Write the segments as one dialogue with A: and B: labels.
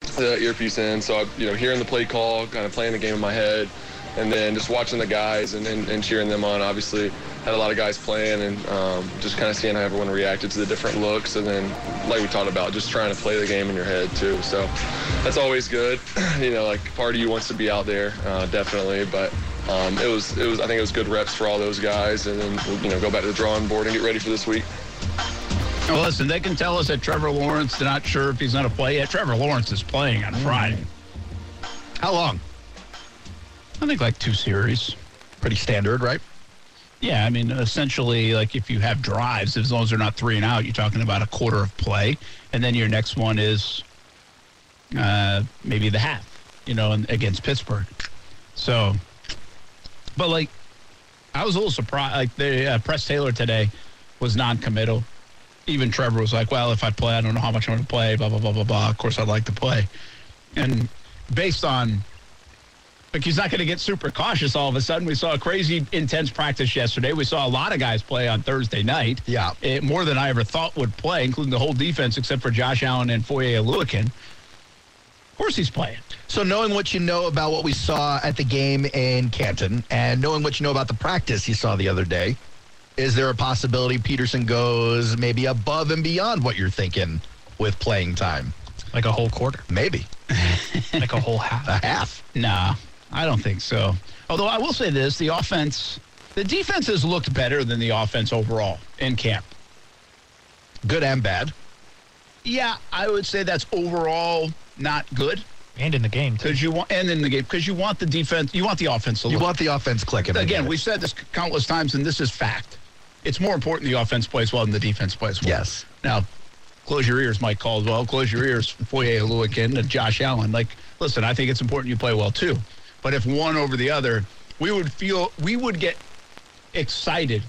A: the earpiece in, so I, you know, hearing the play call, kind of playing the game in my head, and then just watching the guys and, and, and cheering them on. Obviously, had a lot of guys playing and um, just kind of seeing how everyone reacted to the different looks, and then like we talked about, just trying to play the game in your head too. So that's always good. you know, like part of you wants to be out there, uh, definitely, but. Um, it was, it was. I think it was good reps for all those guys, and then you know, go back to the drawing board and get ready for this week.
B: Well, listen, they can tell us that Trevor Lawrence, they're not sure if he's going to play yet. Trevor Lawrence is playing on Friday.
C: How long?
B: I think like two series.
C: Pretty standard, right?
B: Yeah, I mean, essentially, like if you have drives, as long as they're not three and out, you're talking about a quarter of play. And then your next one is uh, maybe the half, you know, and- against Pittsburgh. So, but like, I was a little surprised. Like, the uh, press Taylor today was non committal even Trevor was like, "Well, if I play, I don't know how much I'm going to play." Blah blah blah blah blah. Of course, I'd like to play, and based on like he's not going to get super cautious all of a sudden. We saw a crazy intense practice yesterday. We saw a lot of guys play on Thursday night.
C: Yeah.
B: Eh, more than I ever thought would play, including the whole defense except for Josh Allen and Foye Aluakin. Of course, he's playing.
C: So knowing what you know about what we saw at the game in Canton and knowing what you know about the practice you saw the other day, is there a possibility Peterson goes maybe above and beyond what you're thinking with playing time?
D: Like a whole quarter,
C: Maybe
D: like a whole half.
C: a half.
B: Nah, I don't think so. Although I will say this the offense, the defense has looked better than the offense overall in camp.
C: Good and bad.
B: Yeah, I would say that's overall not good
D: And in the game, too.
B: because you want and in the game because you want the defense, you want the offense to
C: You
B: look.
C: want the offense clicking. I get
B: Again,
C: it.
B: we've said this countless times, and this is fact. It's more important the offense plays well than the defense plays well.
C: Yes.
B: Now, close your ears, Mike Caldwell. Close your ears, Foye Lewikin and Josh Allen. Like, listen, I think it's important you play well too. But if one over the other, we would feel we would get excited,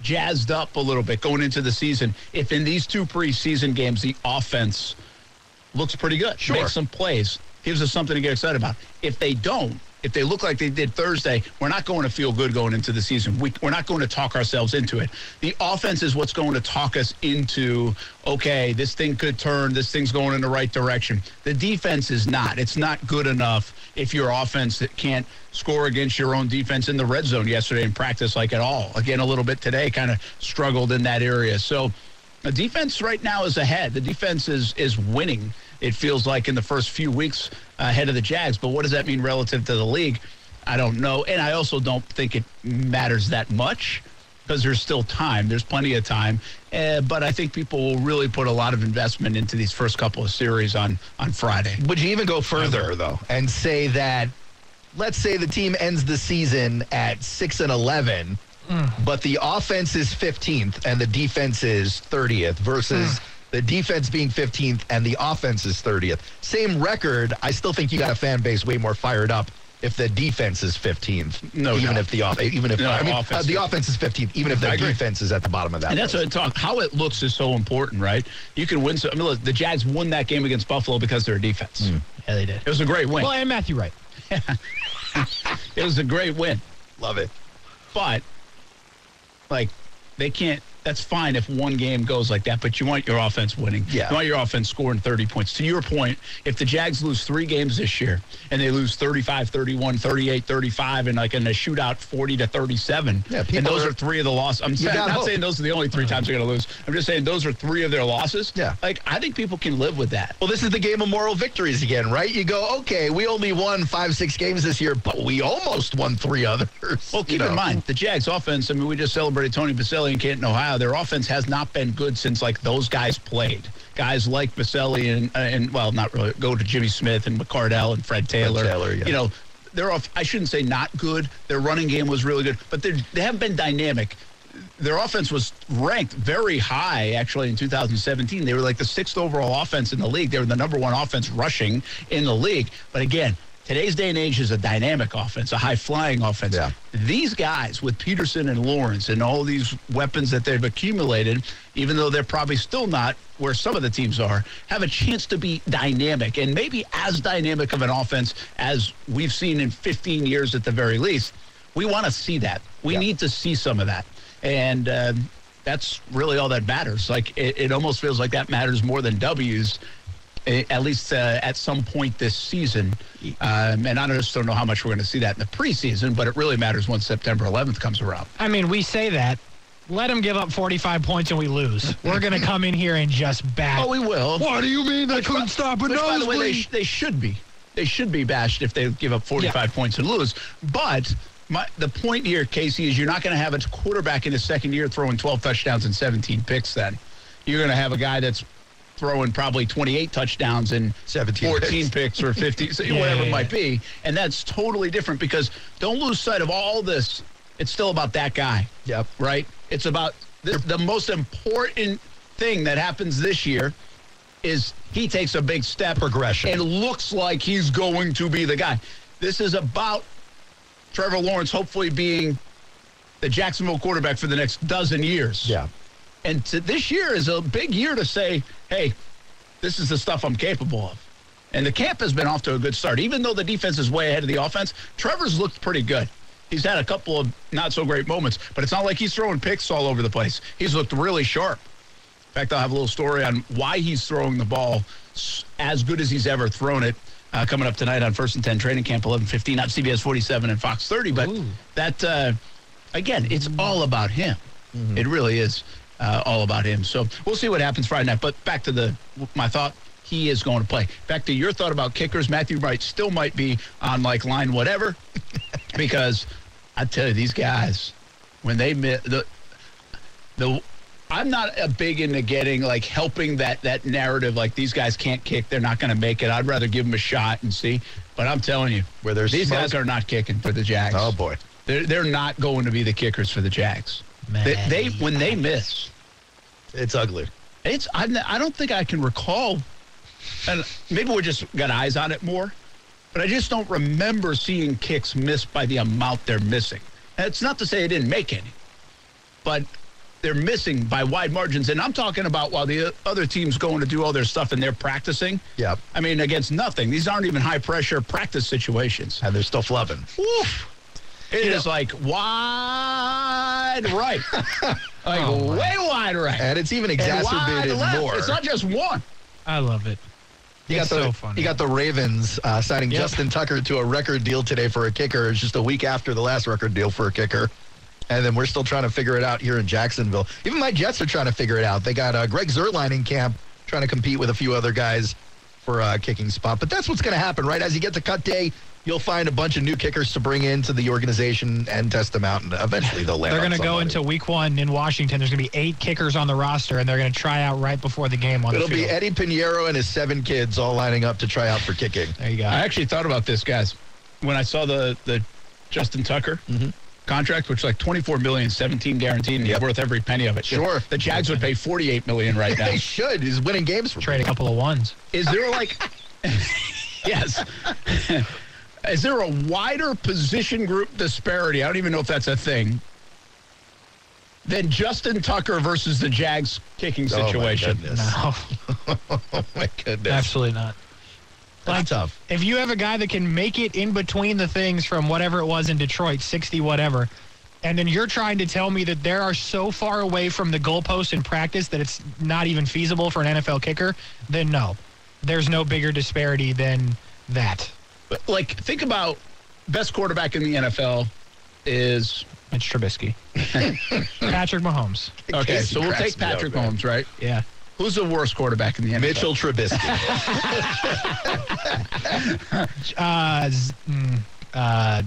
B: jazzed up a little bit going into the season. If in these two preseason games the offense looks pretty good,
C: Sure.
B: makes some plays, gives us something to get excited about. If they don't. If they look like they did Thursday, we're not going to feel good going into the season. We, we're not going to talk ourselves into it. The offense is what's going to talk us into, okay, this thing could turn, this thing's going in the right direction. The defense is not. It's not good enough if your offense that can't score against your own defense in the red zone yesterday in practice like at all. Again, a little bit today kind of struggled in that area. So the defense right now is ahead. The defense is is winning. It feels like in the first few weeks ahead of the Jags. But what does that mean relative to the league? I don't know, and I also don't think it matters that much because there's still time. There's plenty of time, uh, but I think people will really put a lot of investment into these first couple of series on on Friday.
C: Would you even go further though and say that let's say the team ends the season at 6 and 11
B: Hmm.
C: but the offense is 15th and the defense is 30th versus
B: Hmm.
C: the defense being 15th and the offense is 30th. Same record, I still think you got a fan base way more fired up if the defense is 15th.
B: No
C: even
B: doubt.
C: if the off, even if
B: No,
C: I mean
B: offense
C: uh, the
B: is-
C: offense is 15th even if the
B: I agree.
C: defense is at the bottom of that.
B: And that's what
C: list.
B: I talk. How it looks is so important, right? You can win. So, I mean, look, the Jags won that game against Buffalo because they're defense.
D: Yeah, they did.
B: It was a great win.
D: Well, and Matthew Wright.
B: It was a great win.
C: love it.
B: but like they can't that's fine if one game goes like that but you want your offense winning
C: Yeah.
B: you want your offense scoring 30 points to your point if the jags lose three games this year and they lose 35 31 38 35 and like in a shootout 40 to 37
C: Yeah, people
B: and those
C: are-
B: are, three of the losses i'm saying,
C: got
B: not
C: hope.
B: saying those are the only three times they're going to lose i'm just saying those are three of their losses
C: Yeah.
B: like i think people can live with that
C: Well, this is the game of moral victories again, right? You go, okay, we only won five, six games this year, but we almost won three others.
B: Well,
C: you
B: keep
C: know.
B: in mind the Jags' offense. I mean, we just celebrated Tony Baselli in Canton, Ohio. Their offense has not been good since like those guys played. Guys like Baselli and uh, and well, not really go to Jimmy Smith and McCardell and Fred Taylor.
C: Taylor, yeah.
B: You know, they're off. I shouldn't say not good. Their running game was really good, but they they haven't been dynamic. Their offense was ranked very high, actually, in 2017. They were like the sixth overall offense in the league. They were the number one offense rushing in the league. But again, today's day and age is a dynamic offense, a high flying offense
C: Yeah.
B: these guys with Peterson and Lawrence and all these weapons that they've accumulated, even though they're probably still not where some of the teams are, have a chance to be dynamic and maybe as dynamic of an offense as we've seen in 15 years at the very least. We want to see that. We
C: Yeah.
B: need to see some of that. And uh, that's really all that matters. Like, it, it almost feels like that matters more than W's eh, at least uh, at some point this season. Um, and I just don't know how much we're going to see that in the preseason, but it really matters once September 11th comes around.
D: I mean, we say that. Let them give up 45 points and we lose. We're going to come in here and just bat.
B: Oh, we will.
E: What do you mean? I couldn't stop a
B: Which, by the way, they, sh-
E: nosebleed.
B: they should be. They should be bashed if they give up 45 points and lose. But my, the point here, Casey, is you're not going to have a quarterback in his second year throwing 12 touchdowns and 17 picks then. You're going to have a guy that's throwing probably 28 touchdowns and
C: 17
B: 14 picks or 50, so whatever
D: yeah,
B: it might
D: yeah.
B: be. And that's totally different because don't lose sight of all this. It's still about that guy
C: Yep.
B: right? It's about the, the most important thing that happens this year is he takes a big step
C: Progression.
B: and looks like he's going to be the guy. This is about Trevor Lawrence hopefully being the Jacksonville quarterback for the next dozen years.
C: Yeah.
B: And to, this year is a big year to say, hey, this is the stuff I'm capable of. And the camp has been off to a good start. Even though the defense is way ahead of the offense, Trevor's looked pretty good. He's had a couple of not so great moments, but it's not like he's throwing picks all over the place. He's looked really sharp. In fact, I'll have a little story on why he's throwing the ball s- as good as he's ever thrown it uh, coming up tonight on First and 10 Training Camp 1115 on CBS 47 and Fox 30. But that, uh, again, it's all about him. It really is uh, all about him. So we'll see what happens Friday night. But back to the my thought, he is going to play. Back to your thought about kickers, Matthew Wright still might be on like line whatever because I tell you, these guys, when they met the the I'm not a big into getting like helping that that narrative like these guys can't kick, they're not going to make it. I'd rather give them a shot and see. But I'm telling you,
C: Where there's
B: these
C: smoke-
B: guys are not kicking for the Jags.
C: Oh, boy.
B: they're they're not going to be the kickers for the Jags. They, they when they miss,
C: It's ugly.
B: it's I, I don't think I can recall, and maybe we just got eyes on it more, but I just don't remember seeing kicks missed by the amount they're missing. And it's not to say they didn't make any, but they're missing by wide margins. And I'm talking about while the o- other team's going to do all their stuff and they're practicing.
C: Yep.
B: I mean, against nothing. These aren't even high pressure practice situations.
C: And they're still flubbing.
B: Oof. It is like wide right, like
D: Oh,
B: way wide right.
C: And it's even
B: And wide
C: exacerbated
B: left.
C: more.
B: It's not just one.
D: I love it.
C: You got
D: It's
C: the
D: so funny.
C: you got the Ravens uh, signing
D: Yep.
C: Justin Tucker to a record deal today for a kicker. It's just a week after the last record deal for a kicker, and then we're still trying to figure it out here in Jacksonville. Even my Jets are trying to figure it out. They got uh, Greg Zerline in camp trying to compete with a few other guys for a kicking spot. But that's what's going to happen, right? As you get to cut day, you'll find a bunch of new kickers to bring into the organization and test them out, and eventually they'll land.
D: They're
C: on
D: going to go
C: somebody.
D: into week one in Washington. There's going to be eight kickers on the roster, and they're going to try out right before the game on
C: It'll
D: the
C: be
D: field.
C: Eddie Pinheiro and his seven kids all lining up to try out for kicking.
D: there you go.
B: I actually thought about this, guys, when I saw the the Justin Tucker
C: Mm-hmm.
B: contract, which is like 24 million, 17 guaranteed, and he's worth every penny of it.
C: Sure.
B: the Jags would pay 48 million right now.
C: They should. He's winning games for
D: Trade a couple of ones.
B: Is there like, yes, is there a wider position group disparity? I don't even know if that's a thing. Than Justin Tucker versus the Jags kicking
C: Oh, my
B: situation.
C: goodness.
D: No,
C: Oh my goodness.
D: absolutely not.
C: That's tough.
D: If you have a guy that can make it in between the things from whatever it was in Detroit, 60 whatever, and then you're trying to tell me that they are so far away from the goalpost in practice that it's not even feasible for an NFL kicker, then no. There's no bigger disparity than that.
B: But like, think about best quarterback in the NFL is
D: It's Trubisky. Patrick Mahomes.
B: Okay,
C: Casey
B: so we'll
C: cracks
B: take
C: me up,
B: Patrick
C: man.
B: Holmes, Mahomes, right?
D: Yeah.
B: Who's the worst quarterback in the NFL?
C: Mitchell Trubisky.
D: Uh, Z- mm, uh,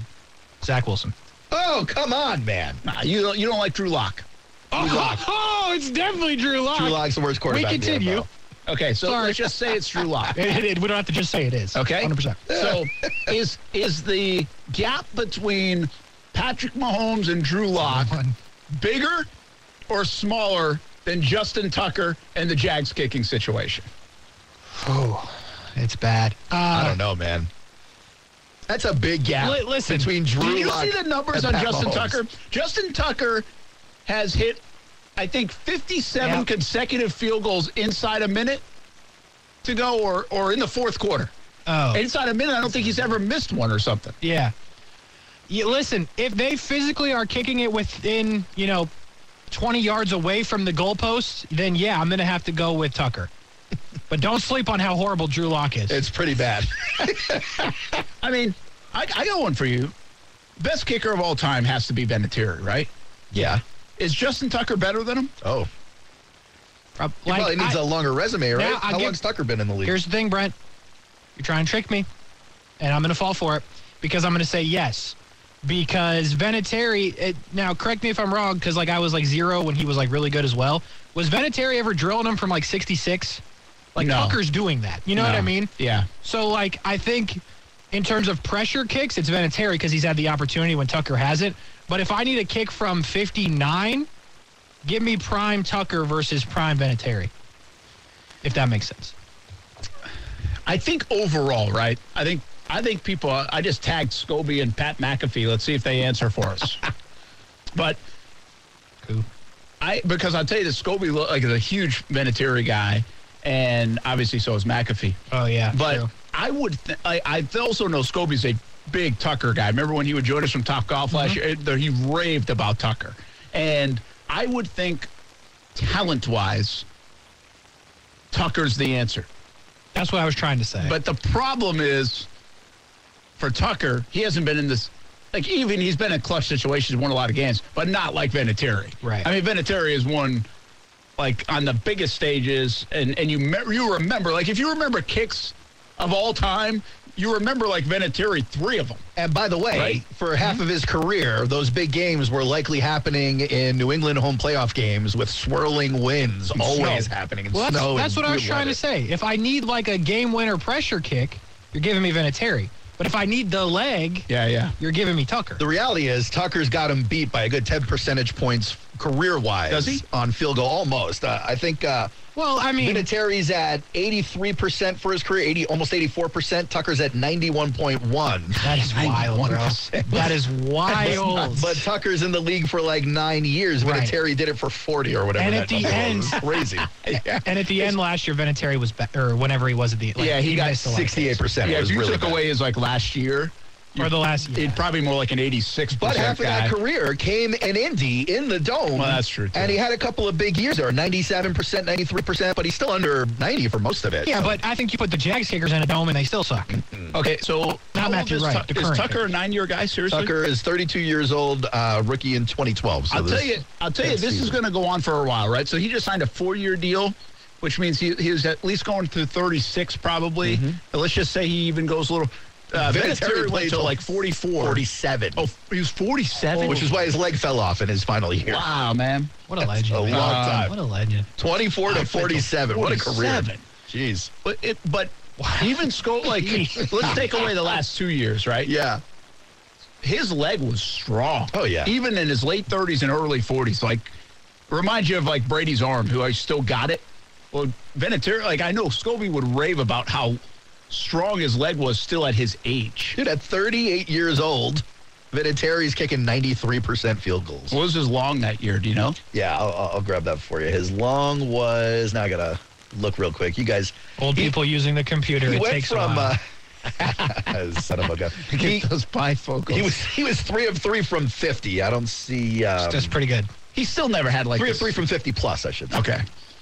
D: Zach Wilson.
C: oh, come on, man.
B: Nah, you don't, you don't like Drew Lock.
D: Oh, it's definitely Drew Lock.
C: Drew Locke's the worst quarterback. in the
D: continue.
C: NFL.
B: Okay, so
D: Sorry.
B: let's just say it's Drew Lock.
D: It- it- we don't have to just say it is.
B: Okay.
D: 100%.
B: So is is the gap between Patrick Mahomes and Drew Lock bigger or smaller than Justin Tucker and the Jags kicking situation?
D: Oh, it's bad. Uh,
C: I don't know, man. That's a big gap
D: Li- listen,
C: between Drew
B: Did you
C: Lock
B: see the numbers
C: and
B: on
C: Pat
B: Justin
C: Mahomes.
B: Tucker? Justin Tucker has hit, I think, 57
D: Yep.
B: consecutive field goals inside a minute to go, or or in the fourth quarter.
D: oh,
B: Inside a minute, I don't think he's ever missed one or something.
D: yeah. You, listen, if they physically are kicking it within, you know, 20 yards away from the goalpost, then yeah, I'm going to have to go with Tucker. But don't sleep on how horrible Drew Lock is.
C: It's pretty bad.
B: I mean, I, I got one for you. Best kicker of all time has to be Benatieri, right?
C: Yeah.
B: Is Justin Tucker better than him?
C: Oh.
D: Prob-
C: He
D: like,
C: probably needs
D: I-
C: a longer resume, right?
D: Now, I
C: How
D: give-
C: long's Tucker been in the league?
D: Here's the thing, Brent. You're trying to trick me, and I'm going to fall for it because I'm going to say yes. Because Vinatieri, it, now correct me if I'm wrong, because like I was like zero when he was like really good as well. Was Vinatieri ever drilling him from like 66? Like
B: No.
D: Tucker's doing that. You know what I
B: No.
D: mean?
B: Yeah.
D: So like I think in terms of pressure kicks, it's Vinatieri because he's had the opportunity when Tucker hasn't. But if I need a kick from 59, give me prime Tucker versus prime Vinatieri. If that makes sense.
B: I think overall, right? I think I think people. uh, I just tagged Scobie and Pat McAfee. Let's see if they answer for us. but I because I'll tell you this, Scobie look like is a huge Vinatieri guy, and obviously so is McAfee.
D: Oh yeah,
B: But
D: true.
B: I would. Th- I, I also know Scobie's a big Tucker guy. Remember when he would join us from Top Golf last year?
D: Mm-hmm.
B: There, he raved about Tucker, and I would think talent wise, Tucker's the answer.
D: that's what I was trying to say.
B: But the problem is for Tucker, he hasn't been in this. Like even he's been in clutch situations, won a lot of games, but not like Vinatieri.
D: Right.
B: I mean, Vinatieri has won like on the biggest stages, and and you me- you remember like if you remember kicks of all time, you remember like Vinatieri three of them.
C: And by the way,
B: Right.
C: for half of his career, those big games were likely happening in New England home playoff games with swirling winds always
B: snow.
C: happening. in
D: well, that's,
C: snow
D: that's
C: and
D: what I was
C: weird
D: trying
C: weather.
D: to say. If I need like a game winner pressure kick, you're giving me Vinatieri. But if I need the leg,
B: Yeah, yeah.
D: you're giving me Tucker.
C: The reality is Tucker's got him beat by a good 10 percentage points career-wise
B: Does he?
C: on field goal almost. Uh, I think uh,
D: well, I mean,
C: Vinatieri's at 83% for his career, 80, almost 84%. Tucker's at 91.1.
D: that is wild, bro. That is wild.
C: But Tucker's in the league for like nine years.
D: Right.
C: Vinatieri did it for 40 or whatever.
D: And
C: that
D: at the
C: number was.
D: end-
C: It was crazy.
D: and at the end last year, Vinatieri was back, or whenever he was at the like,
C: yeah, he, got
D: missed a lot of kicks.
C: 68%. It
B: yeah, if
C: was
B: you
C: really
B: took
C: bad.
B: away his like last year,
D: or the last.
B: it'd probably more like an eighty six.
C: But half of that career came in Indy in the dome.
B: Well, that's true, too.
C: And he had a couple of big years there 97%, 93%, but he's still under 90 for most of it.
D: Yeah,
C: So
D: but I think you put the Jags kickers in a dome and they still suck.
B: Okay, so how old
D: Matthew
B: is
D: Wright,
B: Tuck-
D: the
B: is
D: current
B: Tucker a nine year guy? Seriously,
C: Tucker is 32 years old, uh, rookie in 2012. So
B: I'll
C: this-
B: tell you. I'll tell you.
C: this
B: This is
C: season.
B: going to go on for a while, right? So he just signed a four-year deal, which means he, he was at least going through 36, probably. And let's just say he even goes a little. Uh,
C: Mm-hmm. Vinatieri
B: Vinatieri
C: played
B: went to
C: till
B: like 44.
C: 47.
B: Oh, he was 47.
C: which is why his leg fell off in his final year.
B: wow, man.
D: What a legend!
C: a
D: man. Uh,
C: long time.
D: What a legend!
C: 24 to 47. What a career.
B: 47.
C: Jeez.
B: But it, but even sco like let's take away the last two years, right?
C: Yeah.
B: his leg was strong.
C: Oh, yeah.
B: Even in his late 30s and early 40s, like reminds you of like Brady's arm, who I still got it. Well, Vinatieri, like I know Scobie would rave about how strong his leg was still at his age.
C: Dude, at 38 years old, Vinatieri's kicking 93% field goals.
B: What was his long that year? Do you know?
C: Yeah, I'll- I'll, I'll grab that for you. His long was now. I gotta look real quick. You guys,
D: Old people using the computer.
C: he
D: It
C: went
D: takes a
C: from
D: while.
C: uh, son of a gun. He,
B: those bifocals.
C: he was he was three of three from 50. I don't see um,
D: That's pretty good.
B: He still never had like
C: three of
B: this-
C: three from 50 plus. I should say.
B: Okay,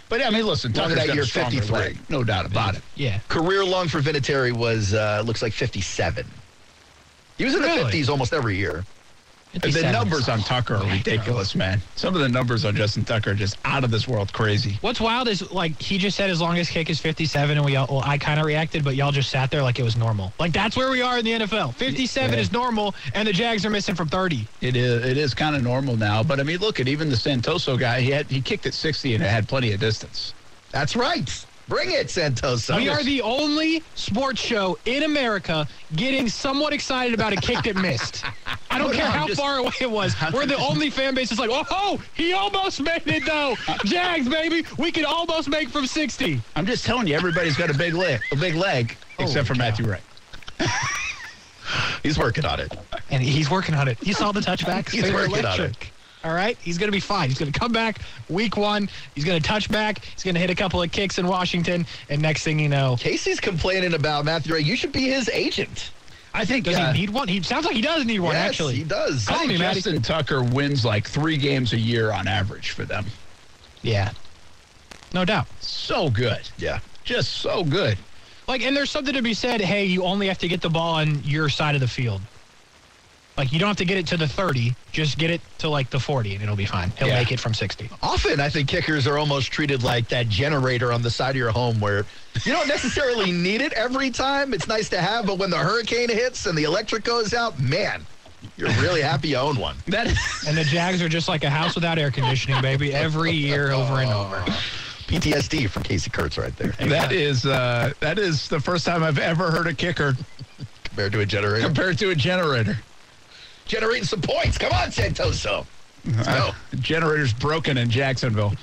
B: but I mean, listen,
C: Long
B: Tucker's
C: that
B: got
C: year,
B: a stronger
C: 53.
B: leg, no doubt about it.
D: Yeah.
C: Career long for Vinatieri was uh, looks like 57. He was in
D: Really?
C: the 50s almost every year.
B: The
D: 57.
B: numbers on Tucker are ridiculous, man. Some of the numbers on Justin Tucker are just out of this world crazy.
D: What's wild is like he just said his longest kick is 57, and we all, well, I kind of reacted, but y'all just sat there like it was normal. Like that's where we are in the NFL. 57
B: Yeah.
D: is normal, and the Jags are missing from 30.
B: It is it is kind of normal now, but I mean, look at even the Santoso guy. He had he kicked at sixty and it had plenty of distance.
C: That's right. Bring it,
B: Oh,
C: Santoso.
D: we are the only sports show in America getting somewhat excited about a kick that missed. I don't
B: No,
D: care
B: no, I'm
D: how
B: just-
D: far away it was. We're the only fan base that's like, oh, oh, he almost made it though. Jags, baby, we could almost make from 60.
B: I'm just telling you, everybody's got a big leg, a big leg, except for
D: Holy cow.
B: Matthew Wright.
C: He's working on it.
D: And he's working on it. He saw the touchbacks.
C: He's
D: They were
C: working on it.
D: electric. All right, he's going to be fine. He's going to come back week one. He's going to touch back. He's going to hit a couple of kicks in Washington, and next thing you know,
C: Casey's complaining about Matthew Ray. You should be his agent.
B: I think
D: does
B: uh,
D: he need one? He sounds like he does need one.
C: yes,
D: actually,
C: he does.
B: I
D: Call
B: think
D: me, Matty.
B: Justin Tucker wins like three games a year on average for them.
D: yeah, no doubt.
B: So good.
C: Yeah.
B: Just so good.
D: Like, and there's something to be said. Hey, you only have to get the ball on your side of the field. Like, you don't have to get it to the 30. Just get it to like the 40, and it'll be fine. He'll
C: Yeah.
D: make it from 60.
C: Often, I think kickers are almost treated like that generator on the side of your home where you don't necessarily need it every time. It's nice to have, but when the hurricane hits and the electric goes out, man, you're really happy you own one.
B: That is
D: And the Jags are just like a house without air conditioning, baby. Every year, over and over.
C: PTSD from Casey Kurtz right there
B: that is uh, that is the first time I've ever heard a kicker
C: compared to a generator.
B: compared to a generator.
C: Generating some points. Come on, Santoso. Let's go.
B: The generator's broken in Jacksonville.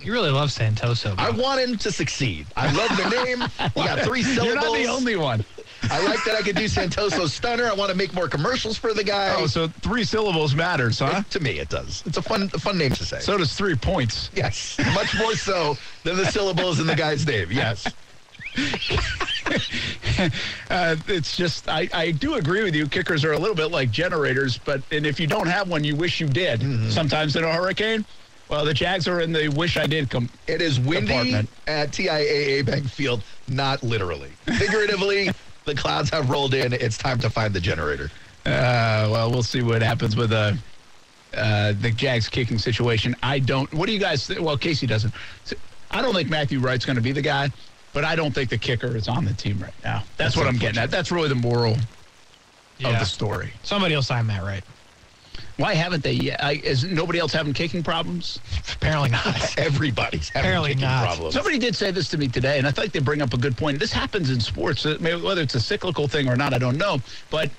D: You really love Santoso. bro.
C: I want him to succeed. I love the name. We got three
B: You're
C: syllables.
B: not the only one.
C: I like that I could do Santoso Stunner. I want to make more commercials for the guy.
B: Oh, so three syllables matters, huh?
C: It- to me, it does. It's a fun, a fun name to say.
B: So does three points.
C: yes, much more so than the syllables in the guy's name. Yes,
B: Uh, it's just I, I do agree with you. Kickers are a little bit like generators, but and if you don't have one, you wish you did. Sometimes in a hurricane, well, the Jags are in the wish I did. Com-
C: it is windy
B: Department.
C: at TIAA Bank Field. Not literally, figuratively. the clouds have rolled in. It's time to find the generator.
B: uh, well, we'll see what happens with uh, uh, the Jags kicking situation. I don't. What do you guys? Th- well, Casey doesn't. So, I don't think Matthew Wright's going to be the guy, but I don't think the kicker is on the team right now. That's, what I'm getting at. That's really the moral of
D: Yeah.
B: the story.
D: Somebody will sign that, right?
B: Why haven't they yet? I, is nobody else having kicking problems?
D: Apparently not.
C: Everybody's having
D: Apparently
C: kicking
D: not.
C: problems.
B: Somebody did say this to me today, and I think they bring up a good point. This happens in sports, uh, maybe whether it's a cyclical thing or not, I don't know. But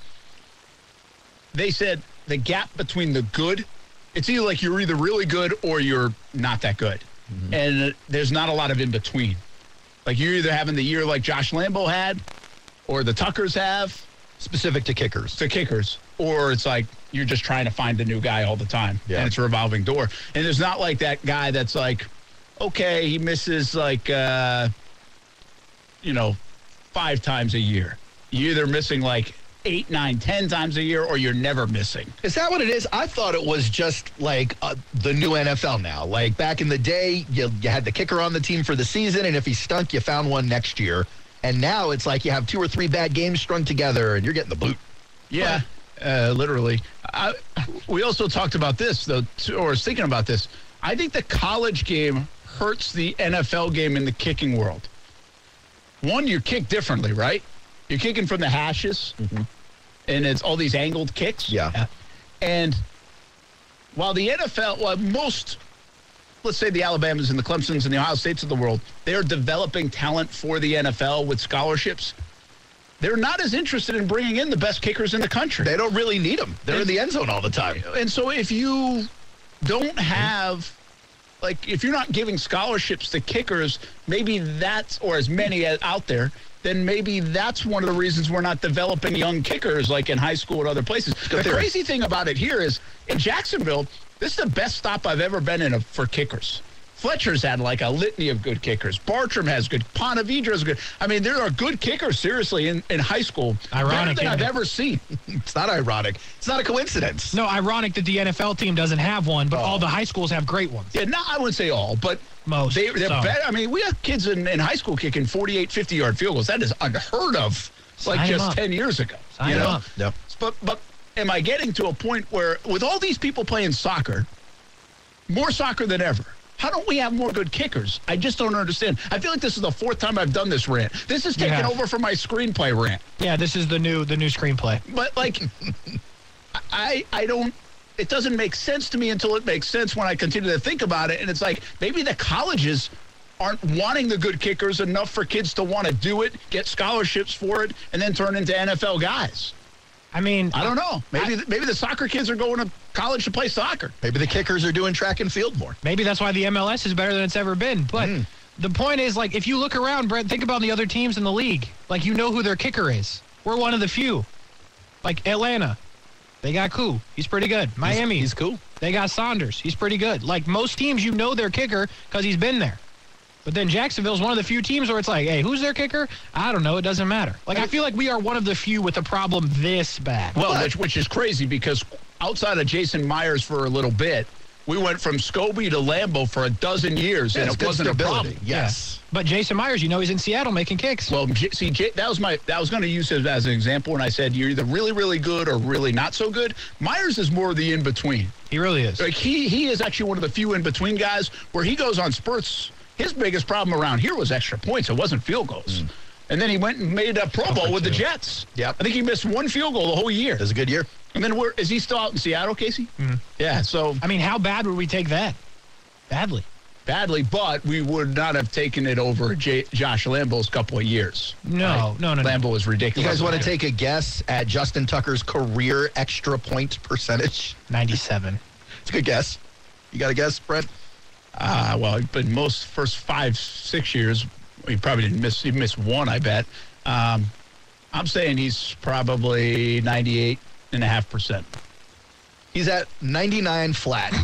B: they said the gap between the good, it's either like you're either really good or you're not that good. And uh, there's not a lot of in between. Like you're either having the year like Josh Lambo had, or the Tuckers have,
C: Specific to kickers.
B: to kickers, or it's like you're just trying to find the new guy all the time,
C: Yeah.
B: and it's a revolving door. And there's not like that guy that's like, okay, he misses like, uh, you know, five times a year. You're either missing like eight, nine, ten times a year, or you're never missing.
C: Is that what it is? I thought it was just like uh, the new NFL now. Like back in the day, you, you had the kicker on the team for the season, and if he stunk, you found one next year. And now it's like you have two or three bad games strung together, and you're getting the boot.
B: Yeah, uh, literally. I, we also talked about this, though, t- or was thinking about this. I think the college game hurts the NFL game in the kicking world. One, you kick differently, right? You're kicking from the hashes, and it's all these angled kicks.
C: Yeah.
B: And while the NFL, well, most, let's say the Alabamas and the Clemsons and the Ohio States of the world, they're developing talent for the NFL with scholarships. They're not as interested in bringing in the best kickers in the country.
C: They don't really need them. They're in the end zone all the time.
B: And so if you don't have like if you're not giving scholarships to kickers, maybe that's or as many as out there, then maybe that's one of the reasons we're not developing young kickers like in high school and other places. The
C: theory.
B: crazy thing about it here is in Jacksonville, this is the best stop I've ever been in for kickers. Fletcher's had like a litany of good kickers. Bartram has good. Pontevedra is good. I mean, there are good kickers seriously in, in high school.
D: Ironic,
B: better than I've
D: isn't it?
B: ever seen.
C: It's not ironic. It's not a coincidence.
D: No, ironic that the NFL team doesn't have one, but all the high schools have great ones.
B: Yeah, no, I wouldn't say all, but
D: Most,
B: They, they're
D: some.
B: better. I mean, we have kids in, in high school kicking 48, 50 yard field goals. That is unheard of like
D: Sign 'em
B: just
D: up.
B: 10 years ago.
D: Sign 'em up.
C: Yep.
B: But, but am I getting to a point where, with all these people playing soccer, more soccer than ever, how don't we have more good kickers? I just don't understand. I feel like this is the fourth time I've done this rant. This is taken
D: Yeah.
B: over from my screenplay rant.
D: Yeah, this is the new the new screenplay.
B: But like, I I don't. It doesn't make sense to me until it makes sense when I continue to think about it. And it's like maybe the colleges aren't wanting the good kickers enough for kids to want to do it, get scholarships for it, and then turn into NFL guys.
D: I mean,
B: I don't know. Maybe maybe the soccer kids are going to college to play soccer.
C: Maybe the kickers are doing track and field more.
D: maybe that's why the MLS is better than it's ever been. But the point is, like, if you look around, Brett, think about the other teams in the league. Like, you know who their kicker is. We're one of the few. Like Atlanta, they got Koo. He's pretty good. Miami,
C: he's cool.
D: They got Saunders. He's pretty good. Like most teams, you know their kicker because he's been there. But then Jacksonville's one of the few teams where it's like, hey, who's their kicker? I don't know. It doesn't matter. Like I feel like we are one of the few with a problem this bad.
B: Well, which which is crazy because outside of Jason Myers for a little bit, We went from Scobie to Lambeau for a dozen years,
C: Yeah,
B: and
C: it's
B: it
C: good
B: wasn't a
C: stability.
B: problem.
C: Yes.
D: But Jason Myers, you know, he's in Seattle making kicks.
B: Well, J- see, J- that was my that was going to use him as an example, and I said you're either really, really good or really not so good. Myers is more the in between.
D: he really is.
B: Like he he is actually one of the few in between guys where he goes on spurts. His biggest problem around here was extra points. It wasn't field goals.
D: Mm.
B: And then he went and made a Pro Bowl with the Jets.
C: Yep.
B: I think he missed one field goal the whole year.
C: It was a good year.
B: And then where is he still out in Seattle, Casey?
D: Mm.
B: Yeah. So
D: I mean, how bad would we take that? Badly.
B: badly, but we would not have taken it over J- Josh Lambo's couple of years.
D: No, no, no, no.
B: Lambo was
C: You
B: ridiculous.
C: guys want to take a guess at Justin Tucker's career extra point percentage?
D: 97.
C: It's a good guess. You got a guess, Brett?
B: Ah, well, but most first five six years, he probably didn't miss. He missed one, I bet. Um, I'm saying he's probably 98 and a half percent.
C: He's at 99 flat.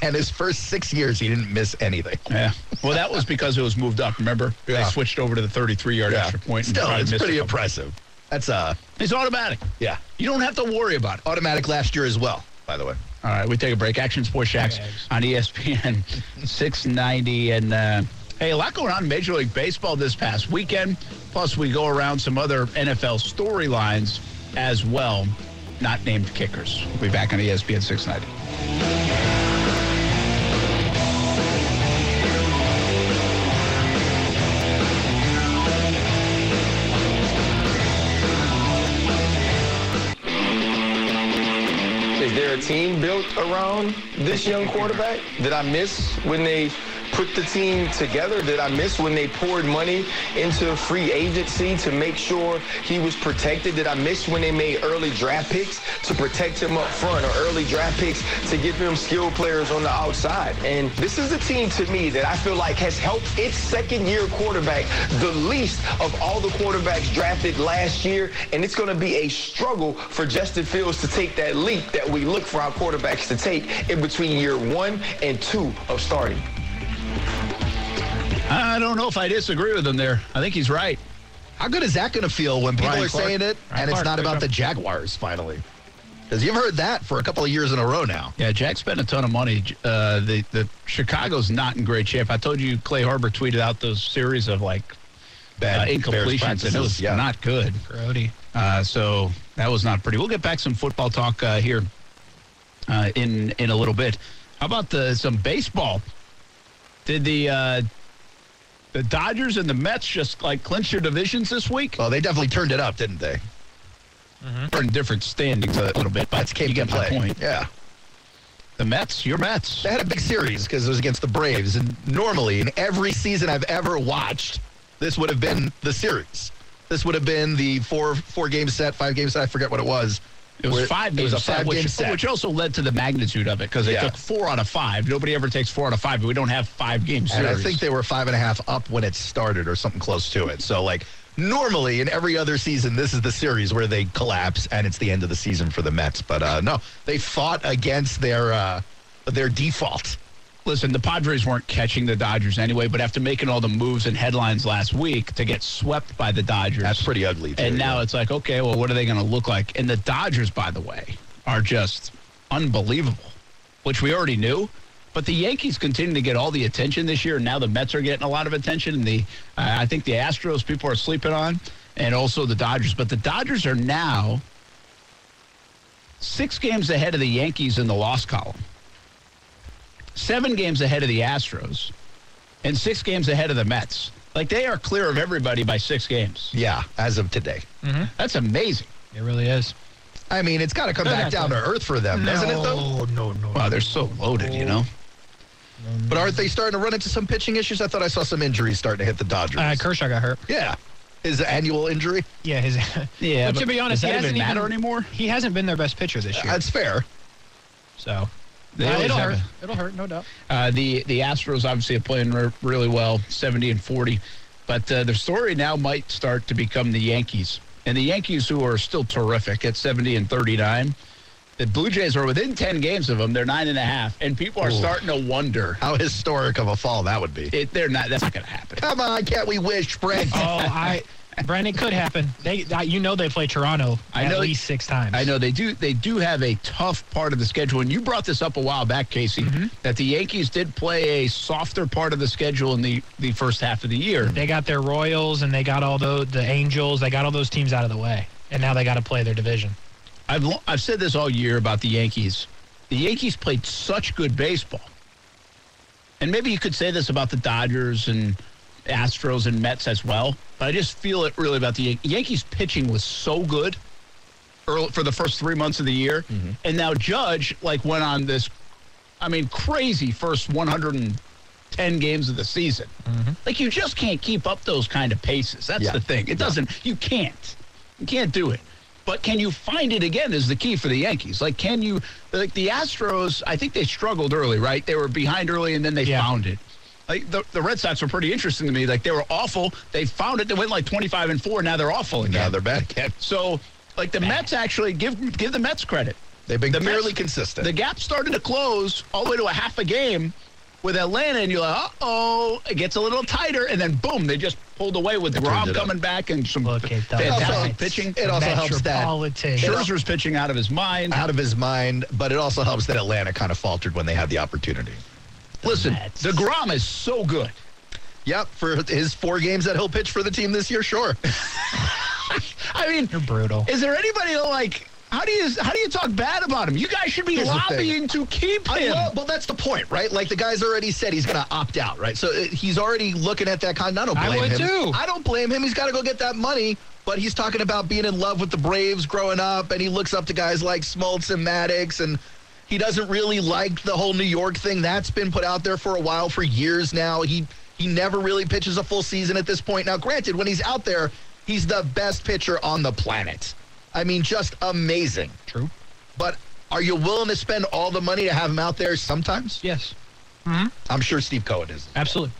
C: And his first six years, he didn't miss anything.
B: Yeah. Well, that was because it was moved up. Remember, they
C: Yeah.
B: switched over to the 33 yard extra point. and
C: Still,
B: probably
C: it's
B: missed a
C: pretty
B: couple.
C: impressive. That's uh,
B: It's automatic.
C: yeah,
B: You don't have to worry about it.
C: automatic last year as well. By the way,
B: All right, we take a break. Action Sports Shacks on E ESPN 690. And uh, hey, a lot going on in Major League Baseball this past weekend. Plus, we go around some other NFL storylines as well, not named kickers. We'll be back on E ESPN 690.
E: Is there a team built around this young quarterback? Did I miss when they put the team together? Did I miss when they poured money into free agency to make sure he was protected? Did I miss when they made early draft picks to protect him up front or early draft picks to give him skilled players on the outside? And this is a team to me that I feel like has helped its second year quarterback the least of all the quarterbacks drafted last year. And it's going to be a struggle for Justin Fields to take that leap that we look for our quarterbacks to take in between year one and two of starting.
B: I don't know if I disagree with him there. I think he's right.
C: how good is that going to feel when people
B: Ryan
C: are
B: Clark.
C: saying it
D: Ryan
C: and it's
D: Clark,
C: not
D: good
C: about
D: job.
C: the Jaguars finally? Because you've heard that for a couple of years in a row now.
B: Yeah, Jack spent a ton of money. Uh, the the Chicago's not in great shape. I told you Clay Harbor tweeted out those series of like uh,
C: Bears
B: incompletions, and it was
C: practices, yeah.
B: not good.
D: Grody.
B: Uh, so that was not pretty. We'll get back some football talk uh, here uh, in in a little bit. How about the some baseball? Did the uh, the Dodgers and the Mets just like clinch your divisions this week?
C: Well, they definitely turned it up, didn't they?
B: We're in different standings a little bit, but
C: That's Cape
B: you get my
C: play.
B: point.
C: Yeah.
B: The Mets, your Mets.
C: They had a big series because it was against the Braves. And normally, in every season I've ever watched, this would have been the series. This would have been the four four game set, five game set. I forget what it was.
B: It was
C: Where-
B: five
C: It
B: games
C: was a five
B: which,
C: game set.
B: which also led to the magnitude of it because they
C: Yeah.
B: took four out of five. Nobody ever takes four out of five, but we don't have five games.
C: and I think they were five and a half up when it started, or something close to it. So like. Normally, in every other season, this is the series where they collapse, and it's the end of the season for the Mets. But uh, no, they fought against their uh, their default.
B: Listen, the Padres weren't catching the Dodgers anyway, but after making all the moves and headlines last week to get swept by the Dodgers,
C: That's pretty ugly. too,
B: And now
C: yeah.
B: it's like, okay, well, what are they going to look like? And the Dodgers, by the way, are just unbelievable, which we already knew. But the Yankees continue to get all the attention this year, and now the Mets are getting a lot of attention, and the uh, I think the Astros people are sleeping on, and also the Dodgers. But the Dodgers are now six games ahead of the Yankees in the loss column, seven games ahead of the Astros, and six games ahead of the Mets. Like they are clear of everybody by six games.
C: yeah, as of today.
B: That's amazing.
D: It really is.
C: I mean, it's got to come back
D: not
C: down to earth for them, doesn't it? Though.
D: no, no.
B: Wow, they're so loaded, you know.
C: But aren't they starting to run into some pitching issues? I thought I saw some injuries starting to hit the Dodgers.
D: Uh, Kershaw got hurt.
C: yeah, his annual injury.
D: Yeah, his.
B: Yeah,
D: But to be honest,
B: does that
D: he hasn't
B: even matter
D: even-
B: anymore?
D: he hasn't been their best pitcher this year.
C: That's fair.
D: So
B: They
D: Uh,
B: always
D: it'll
B: have
D: hurt.
B: a-
D: It'll hurt, no doubt.
B: Uh, the the Astros obviously are playing re- really well, seventy and forty, but uh, their story now might start to become the Yankees and the Yankees, who are still terrific at seventy and thirty nine. The Blue Jays are within ten games of them. They're nine and a half, and people are
C: Ooh.
B: starting to wonder.
C: How historic of a fall that would be.
B: It, they're not. That's not going to happen.
C: Come on, can't we wish, Brent?
D: Oh, I Brent, it could happen. They, uh, you know, they play Toronto
B: I
D: at
B: know-
D: least six times.
B: I know they do. They do have a tough part of the schedule, and you brought this up a while back, Casey, that the Yankees did play a softer part of the schedule in the the first half of the year.
D: They got their Royals and they got all the the Angels. They got all those teams out of the way, and now they got to play their division.
B: I've lo- I've said this all year about the Yankees. The Yankees played such good baseball, and maybe you could say this about the Dodgers and Astros and Mets as well. But I just feel it really about the Yan- Yankees pitching was so good early, for the first three months of the year,
C: Mm-hmm.
B: and now Judge like went on this, I mean, crazy first 110 games of the season. Like you just can't keep up those kind of paces. That's
C: Mm-hmm. Yeah.
B: the thing. It doesn't. You can't. You can't do it. But can you find it again is the key for the Yankees. Like, can you, like the Astros, I think they struggled early, right? They were behind early and then they
D: Yeah.
B: found it. Like, the, the Red Sox were pretty interesting to me. Like, they were awful. They found it. They went like 25 and 4. Now they're awful again.
C: Now they're back again.
B: So, like the Mets actually give give the Mets credit.
C: They've been
B: The Mets-
C: fairly consistent.
B: The gap started to close all the way to a half a game with Atlanta, and you're like, uh oh, it gets a little tighter, and then boom, they just pulled away with
C: turned
B: Rob
C: it up.
B: coming back and some
D: Look at that.
B: fantastic
C: Also,
B: pitching.
C: It also helps that-
D: Metropolitan.
B: Scherzer's pitching out of his mind.
C: out of his mind, but it also helps that Atlanta kind of faltered when they had the opportunity.
B: Listen,
D: Mets.
B: DeGrom is so good.
C: Yep, for his four games that he'll pitch for the team this year, sure.
B: I mean,
D: You're brutal.
B: is there anybody that like? How do you how do you talk bad about him? You guys should be
C: Here's the thing.
B: lobbying to keep
C: I
B: him.
C: love, well, that's the point, right? Like the guy's already said he's going to opt out, right? So uh, he's already looking at that con. I don't
D: I
C: blame
D: would
C: him.
D: too.
C: I don't blame him. He's got to go get that money. But he's talking about being in love with the Braves growing up, and he looks up to guys like Smoltz and Maddox, and he doesn't really like the whole New York thing. That's been put out there for a while, for years now. He he never really pitches a full season at this point. Now, granted, when he's out there, he's the best pitcher on the planet. I mean, just amazing.
D: True.
C: But are you willing to spend all the money to have him out there sometimes?
D: Yes,
C: I'm sure Steve Cohen is.
D: absolutely.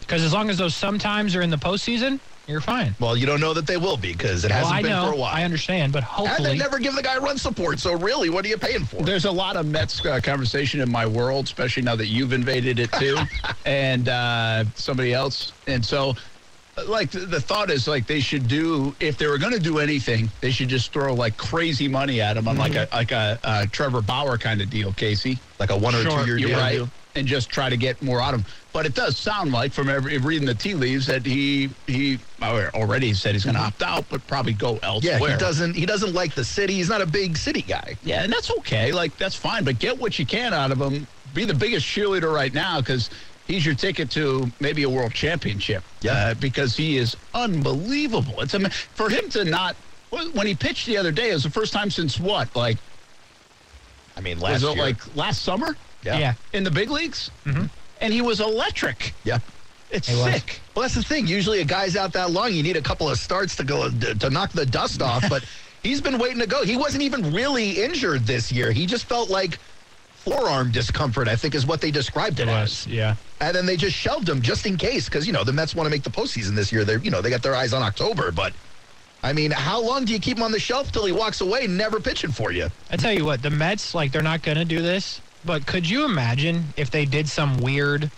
D: Because as long as those sometimes are in the postseason, you're fine.
C: Well, you don't know that they will be because it hasn't
D: well, I
C: been
D: know.
C: for a while.
D: I understand, but
C: and
D: hopefully,
C: they never give the guy run support. So really, what are you paying for?
B: There's a lot of Mets uh, conversation in my world, especially now that you've invaded it too, and uh, somebody else. And so, uh, like the, the thought is like they should do if they were going to do anything, they should just throw like crazy money at him on like a like a uh, Trevor Bauer kind of deal, Casey.
C: Mm-hmm. Like a one or
D: Sure,
C: two year
B: You're
C: deal.
B: right, and just try to get more out of him. But it does sound like from every reading the tea leaves that he he already said he's going to opt out, but probably go
C: Yeah,
B: elsewhere.
C: he doesn't. He doesn't like the city. He's not a big city guy.
B: Yeah, and that's okay. Like that's fine, but get what you can out of him. Be the biggest cheerleader right now because he's your ticket to maybe a world championship.
C: Yeah.
B: uh, because he is unbelievable. It's ama- for him to not when he pitched the other day. It was the first time since what? Like
C: I mean,
B: was
C: last
B: it
C: year,
B: like last summer
D: yeah.
B: in the big leagues? Mm-hmm. And he was electric.
C: yeah.
B: It's
D: He was.
B: sick.
C: Well, that's the thing. Usually, a guy's out that long, you need a couple of starts to go to knock the dust off. But he's been waiting to go. He wasn't even really injured this year. He just felt like forearm discomfort. I think is what they described it,
D: it
C: as.
D: was. Yeah,
C: And then they just shelved him just in case because you know the Mets want to make the postseason this year. They are you know they got their eyes on October, but. I mean, how long do you keep him on the shelf till he walks away, never pitching for you?
D: I tell you what, the Mets like they're not gonna do this, but could you imagine if they did some weird,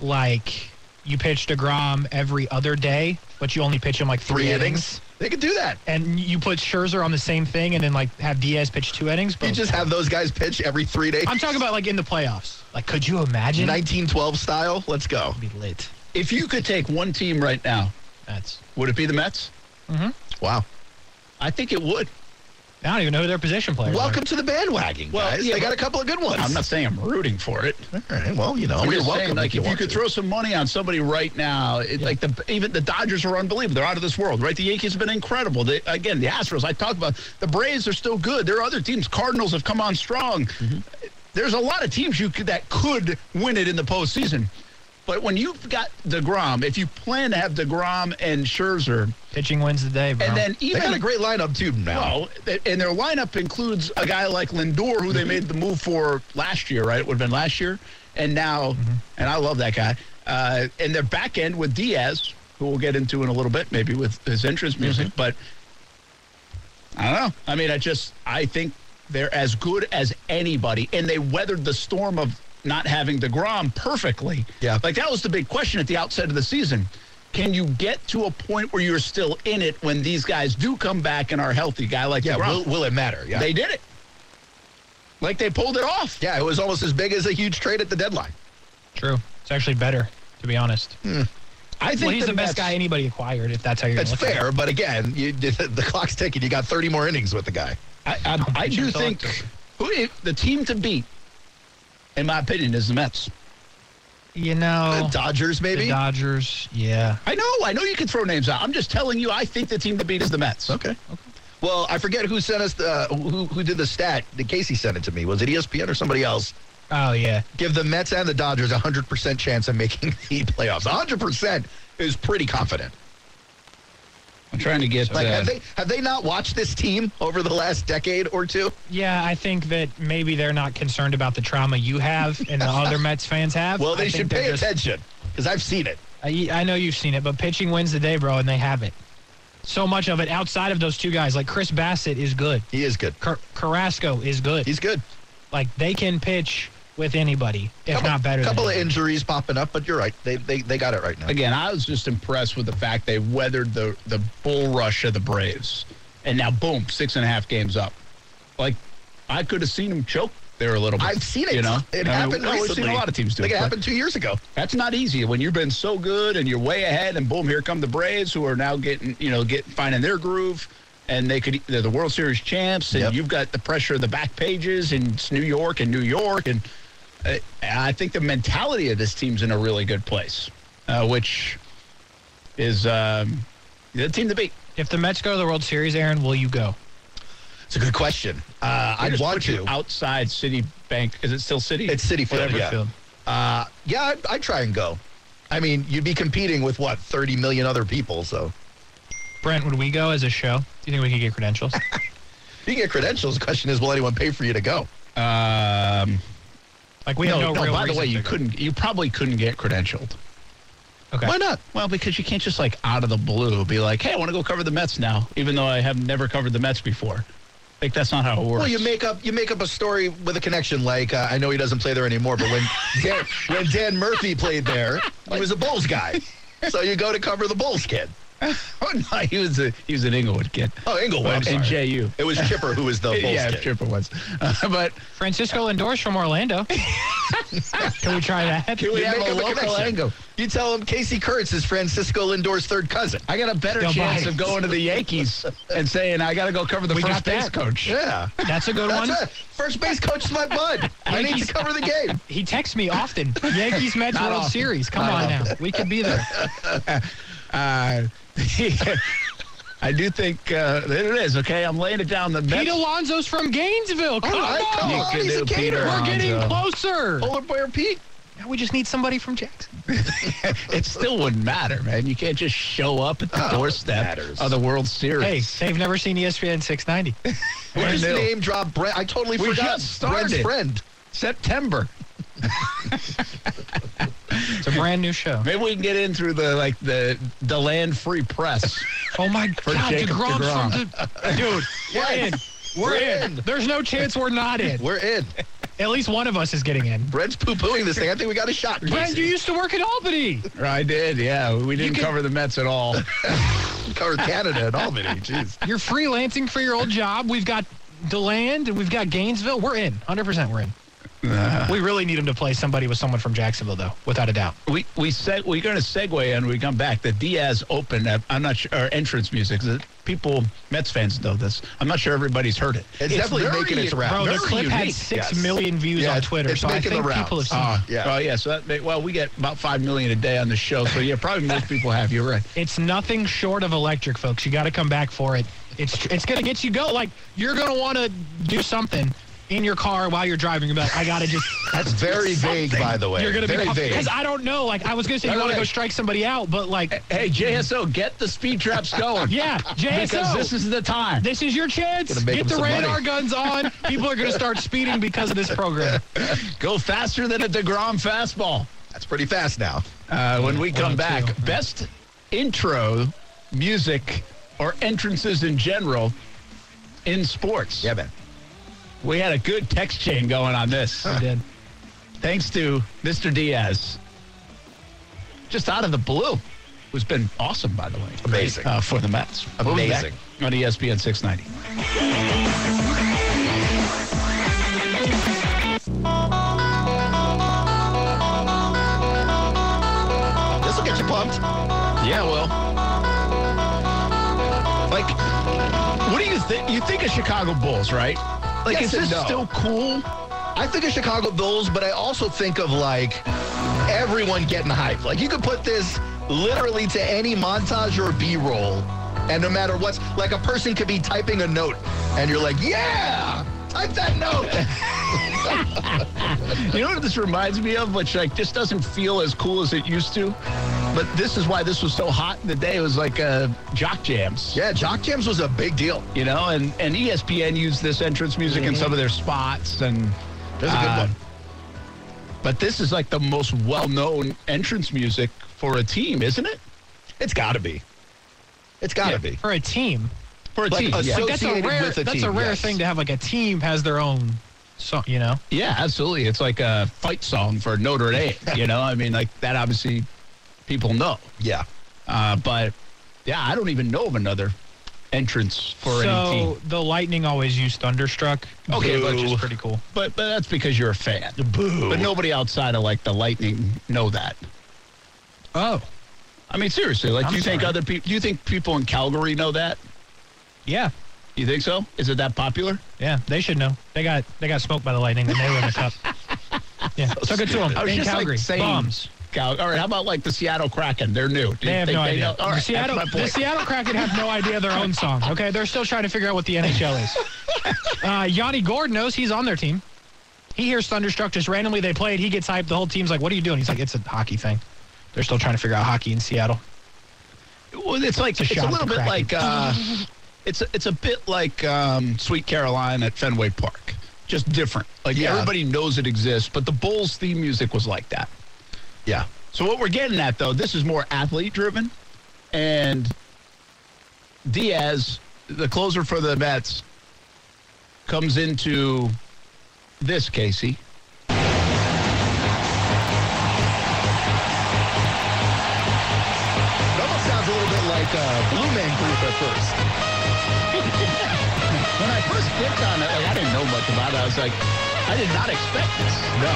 D: like you pitch Degrom every other day, but you only pitch him like three,
C: They could do that.
D: and you put Scherzer on the same thing, and then like have Diaz pitch two innings. But
C: You just have those guys pitch every three days.
D: I'm talking about like in the playoffs. Like, could you imagine?
C: 1912 style. Let's go.
D: be lit.
B: If you could take one team right now,
D: That's.
B: would it be the Mets?
C: Wow.
B: I think it would.
D: I don't even know who their position players. are.
C: Welcome to the bandwagon,
B: Well,
C: guys.
B: yeah,
C: they got
B: but-
C: a couple of good ones.
B: I'm not saying I'm rooting for it.
C: All right. Well, you know,
B: I'm
C: you're
B: just
C: welcome.
B: saying, like, if you,
C: want
B: could
C: to.
B: throw some money on somebody right now, it, like the even the Dodgers are unbelievable. They're out of this world, right? The Yankees have been incredible. They, again, the Astros, I talked about. The Braves are still good. There are other teams. Cardinals have come on strong.
C: Mm-hmm.
B: There's a lot of teams you could, that could win it in the postseason. But when you've got Degrom, if you plan to have Degrom and Scherzer,
D: pitching wins the day, bro.
B: and then
C: they
B: even
C: got a great lineup too now.
B: well, th- and their lineup includes a guy like Lindor,
C: Mm-hmm.
B: who they made the move for last year, right? It would have been last year. And now,
C: Mm-hmm.
B: and I love that guy. Uh, and their back end with Diaz, who we'll get into in a little bit, maybe with his entrance music.
C: Mm-hmm.
B: But I don't know. I mean, I just, I think they're as good as anybody. And they weathered the storm of not having DeGrom perfectly.
C: Yeah.
B: Like that was the big question at the outset of the season. Can you get to a point where you're still in it when these guys do come back and are healthy? Guy like
C: Yeah,
B: DeGrom.
C: will, will it matter? Yeah.
B: They did it. Like they pulled it off.
C: yeah, it was almost as big as a huge trade at the deadline.
D: True. It's actually better, to be honest.
C: Hmm.
B: I think
D: Well, he's the best
B: Mets-
D: guy anybody acquired, if that's how you're
C: That's
D: looking at
C: fair, but again, you, the clock's ticking. You got 30 more innings with the guy.
B: I, I, I do
D: sure so,
B: think
D: too.
B: who if the team to beat, in my opinion, is the Mets.
D: it. You
C: The
B: Oh.
D: know,
C: Dodgers,
D: the
C: maybe.
D: Dodgers. Yeah.
B: I know, I know you can throw names out. I'm just telling you, I think the team to beat is the Mets.
C: okay. Well, I forget who sent us the uh, who who did the stat. The Casey sent it to me. Was it E ESPN or somebody else?
D: Oh, yeah.
C: Give the Mets and the Dodgers a hundred percent chance of making the playoffs. hundred percent is pretty confident.
B: I'm trying to get
C: Like,
B: uh,
C: have they have they not watched this team over the last decade or two?
D: Yeah, I think that maybe they're not concerned about the trauma you have and the other Mets fans have.
C: Well,
D: I
C: they
D: think
C: should
D: they're
C: pay
D: just-
C: attention because I've seen it.
D: I, I know you've seen it, but pitching wins the day, bro, and they have it. So much of it outside of those two guys. Like Chris Bassett is good.
C: He is good.
D: Car- Carrasco is good.
C: He's good.
D: like they can pitch with anybody, if
C: Couple-
D: not better.
C: Couple
D: than
C: of
D: anybody.
C: injuries popping up, but you're right. They they, they got it right now.
B: again, I was just impressed with the fact they weathered the the bull rush of the Braves, and now boom, six and a half games up. Like I could have seen them choke there a little bit.
C: I've seen it.
B: You know,
C: it
B: I mean,
C: happened
B: well,
C: recently.
B: We've seen a lot of teams do
C: Like
B: it.
C: it
B: but
C: happened two years ago.
B: That's not easy when you've been so good and you're way ahead, and boom, here come the Braves, who are now getting you know get finding their groove, and they could they're the World Series champs, and
C: Yep.
B: you've got the pressure of the back pages, and it's New York and New York, and uh, I think the mentality of this team's in a really good place, uh, which is um, the team to beat.
D: If the Mets go to the World Series, Aaron, will you go?
C: It's a good question. Uh,
B: I
C: I'd
B: just
C: want
B: put you
C: to.
B: outside Citibank. Is it still City?
C: It's City Field.
B: Whatever
C: yeah.
B: field.
C: Uh, yeah, I'd, I'd try and go. I mean, you'd be competing with what 30 million other people, so
D: Brent, would we go as a show? Do you think we could get credentials?
C: you get credentials. The question is, will anyone pay for you to go?
B: Um,
D: Like we
B: no,
D: have no,
B: no,
D: real
B: by the
D: reason
B: way, you
D: to go.
B: couldn't. You probably couldn't get credentialed.
D: Okay.
B: Why not? Well, because you can't just like out of the blue be like, "Hey, I want to go cover the Mets now," even though I have never covered the Mets before. Like that's not how it works.
C: Well, you make up you make up a story with a connection. Like uh, I know he doesn't play there anymore, but when Dan, when Dan Murphy played there, he was a Bulls guy. So you go to cover the Bulls kid.
B: oh, no, he was a he was an Inglewood kid.
C: Oh, Inglewood. I'm
B: and
C: sorry.
B: JU.
C: It was Chipper who was the Bulls
B: yeah,
C: kid.
B: Chipper was. Uh, but
D: Francisco Lindors from Orlando. can we try that?
B: Can we
C: You
B: have
C: make
B: a
C: up
B: local
C: connection.
B: angle.
C: You tell him Casey Kurtz is Francisco Lindor's third cousin.
B: I got a better
D: Yo,
B: chance
D: Mike.
B: of going to the Yankees and saying I got to go cover the
D: We
B: first
D: got
B: base
D: that.
B: coach.
C: Yeah.
D: That's a good
C: That's
D: one.
C: it. First base coach is my bud. I need to cover the game.
D: He texts me often. Yankees Mets
B: Not
D: World
B: often.
D: Series. Come
B: Not
D: on
B: often.
D: now. We could be there.
B: Uh, I do think uh, there it is. Okay, I'm laying it down. The Mets.
D: Pete Alonso's from Gainesville. Come
C: right,
D: on.
C: come on.
B: You can
C: he's
B: do
C: a gator.
B: Peter
D: We're getting
B: Alonso. Oh.
D: closer.
C: Polar Bear Pete.
D: Now we just need somebody from Jackson.
B: it still wouldn't matter, man. You can't just show up at the
C: Oh,
B: doorstep
C: matters.
B: of the World Series.
D: Hey, they've never seen E ESPN 690.
C: We just
B: knew?
C: name drop Brent. I totally
B: We
C: forgot
B: just started.
C: Brent's friend.
B: September.
D: It's a brand new show.
B: Maybe we can get in through the like the the land free press.
D: Oh my God,
B: Jacob
D: DeGrom's
B: DeGrom.
D: from the dude. We're in.
C: Yes.
D: We're,
C: We're
D: in.
C: in.
D: There's no chance we're not in.
C: We're in.
D: At least one of us is getting in.
C: Brent's poo pooing this thing. I think we got a shot.
D: Brent, you
C: Casey.
D: used to work at Albany.
B: I did, yeah. We didn't cover the Mets at all.
C: cover Canada and Albany. Jeez.
D: You're freelancing for your old job. We've got DeLand and we've got Gainesville. We're in. 100% we're in.
C: Uh.
D: we really need him to play somebody with someone from Jacksonville, though, without a doubt.
B: We we seg- we're going to segue and we come back. The Diaz Open. uh, I'm not sure. Or entrance music. The people Mets fans know this. I'm not sure everybody's heard it.
C: It's definitely
B: very-
C: making its round.
D: Bro,
B: very
D: the clip had
B: unique.
D: six million
C: yes.
D: views
C: Yeah,
D: on Twitter,
C: it's
D: so I
C: making the
D: think people
C: rounds.
D: have
C: Uh,
D: seen it.
B: Ah,
C: Yeah.
B: yeah. Oh, yeah. So that may, well, we get about five million a day on the show. So yeah, probably most people have. You're right.
D: It's nothing short of electric, folks. You got to come back for it. It's it's gonna get you go. Like you're gonna want to do something in your car while you're driving. You're like, I gotta just.
C: That's very vague, by the way.
D: You're gonna
C: very
D: be
C: vague. Eh,
D: because I don't know. Like I was gonna say,
B: No,
D: you
B: no,
D: want to
B: no.
D: go strike somebody out, but like,
B: Hey, JSO, get the speed traps going.
D: yeah, JSO.
B: Because this is the time.
D: this is your chance.
C: Gonna make
D: Get
C: him
D: the
C: some
D: radar
C: money.
D: guns on. People are gonna start speeding because of this program.
B: Go faster than a DeGrom fastball.
C: That's pretty fast now.
B: Uh, when we come
D: 102.
B: back, best intro music or entrances in general in sports.
C: Yeah, man.
B: We had a good text chain going on this.
D: We did.
B: Thanks to Mr. Diaz. Just out of the blue. who's been awesome, by the way.
C: Amazing.
B: Uh, for the Mets. We'll be back
C: Amazing.
B: On E ESPN 690.
C: This will get you pumped.
B: Yeah, well,
C: Like,
B: what do you think? You think of Chicago Bulls, right? Like,
C: Yes
B: is
C: and
B: this
C: no.
B: still cool?
C: I think of Chicago Bulls, but I also think of like everyone getting hyped. Like you could put this literally to any montage or B-roll, and no matter what's like a person could be typing a note, and you're like, yeah, type that note.
B: You know what this reminds me of? Which like this doesn't feel as cool as it used to. But this is why this was so hot in the day. It was like uh, jock jams.
C: yeah, Jock Jams was a big deal.
B: You know, and, and E ESPN used this entrance music in some of their spots and
C: There's a good
B: uh,
C: one.
B: But this is like the most well known entrance music for a team, isn't it?
C: It's got to be. It's got to be.
D: for a team.
B: For a
C: Like
B: team.
C: a
B: yeah.
C: so-
D: Like that's a
C: Associated
D: rare.
C: with a
D: that's a
C: team,
D: rare
C: yes.
D: thing to have. Like a team has their own song. You know.
B: yeah, absolutely. It's like a fight song for Notre Dame. you know, I mean, like that obviously people know.
C: Yeah.
B: Uh, but yeah, I don't even know of another entrance for
D: so
B: any team.
D: the Lightning always use Thunderstruck.
B: Okay, but-
D: which is pretty cool.
B: But but that's because you're a fan.
C: Boo.
B: But nobody outside of like the Lightning know that.
D: Oh,
B: I mean, seriously, like
D: I'm
B: do you think
D: sorry.
B: other people? Do you think people in Calgary know that?
D: yeah,
B: You think so? Is it that popular?
D: yeah. They should know. They got they got smoked by the Lightning and they were in the cup. Yeah, took it to them
B: I was
D: in
B: just
D: Calgary.
B: like saying
D: Bums.
B: Cal- all right, how about like the Seattle Kraken? They're new. Do you
D: They have
B: think
D: no idea.
B: know- All right,
D: the
B: that's
D: Seattle,
B: my
D: the
B: point.
D: Seattle Kraken have no idea their own song. Okay, they're still trying to figure out what the NHL is. Uh, Yanni Gord knows he's on their team. He hears Thunderstruck just randomly. They play it. He gets hyped. The whole team's like, "What are you doing?" He's like, "It's a hockey thing." They're still trying to figure out hockey in Seattle.
B: Well, it's like
D: a
B: it's a,
D: shot at
B: little
D: the
B: bit
D: Kraken.
B: like uh, it's a, it's a bit like um, Sweet Caroline at Fenway Park, just different. Like
C: Yeah.
B: everybody knows it exists, but the Bulls theme music was like that.
C: Yeah.
B: So what we're getting at though, this is more athlete driven, and Diaz, the closer for the Mets, comes into this Casey.
C: It almost sounds a little bit like a Blue Man Group at first.
B: When I first clicked on it, like, I didn't know much about it. I was like, I did not expect this.
C: No.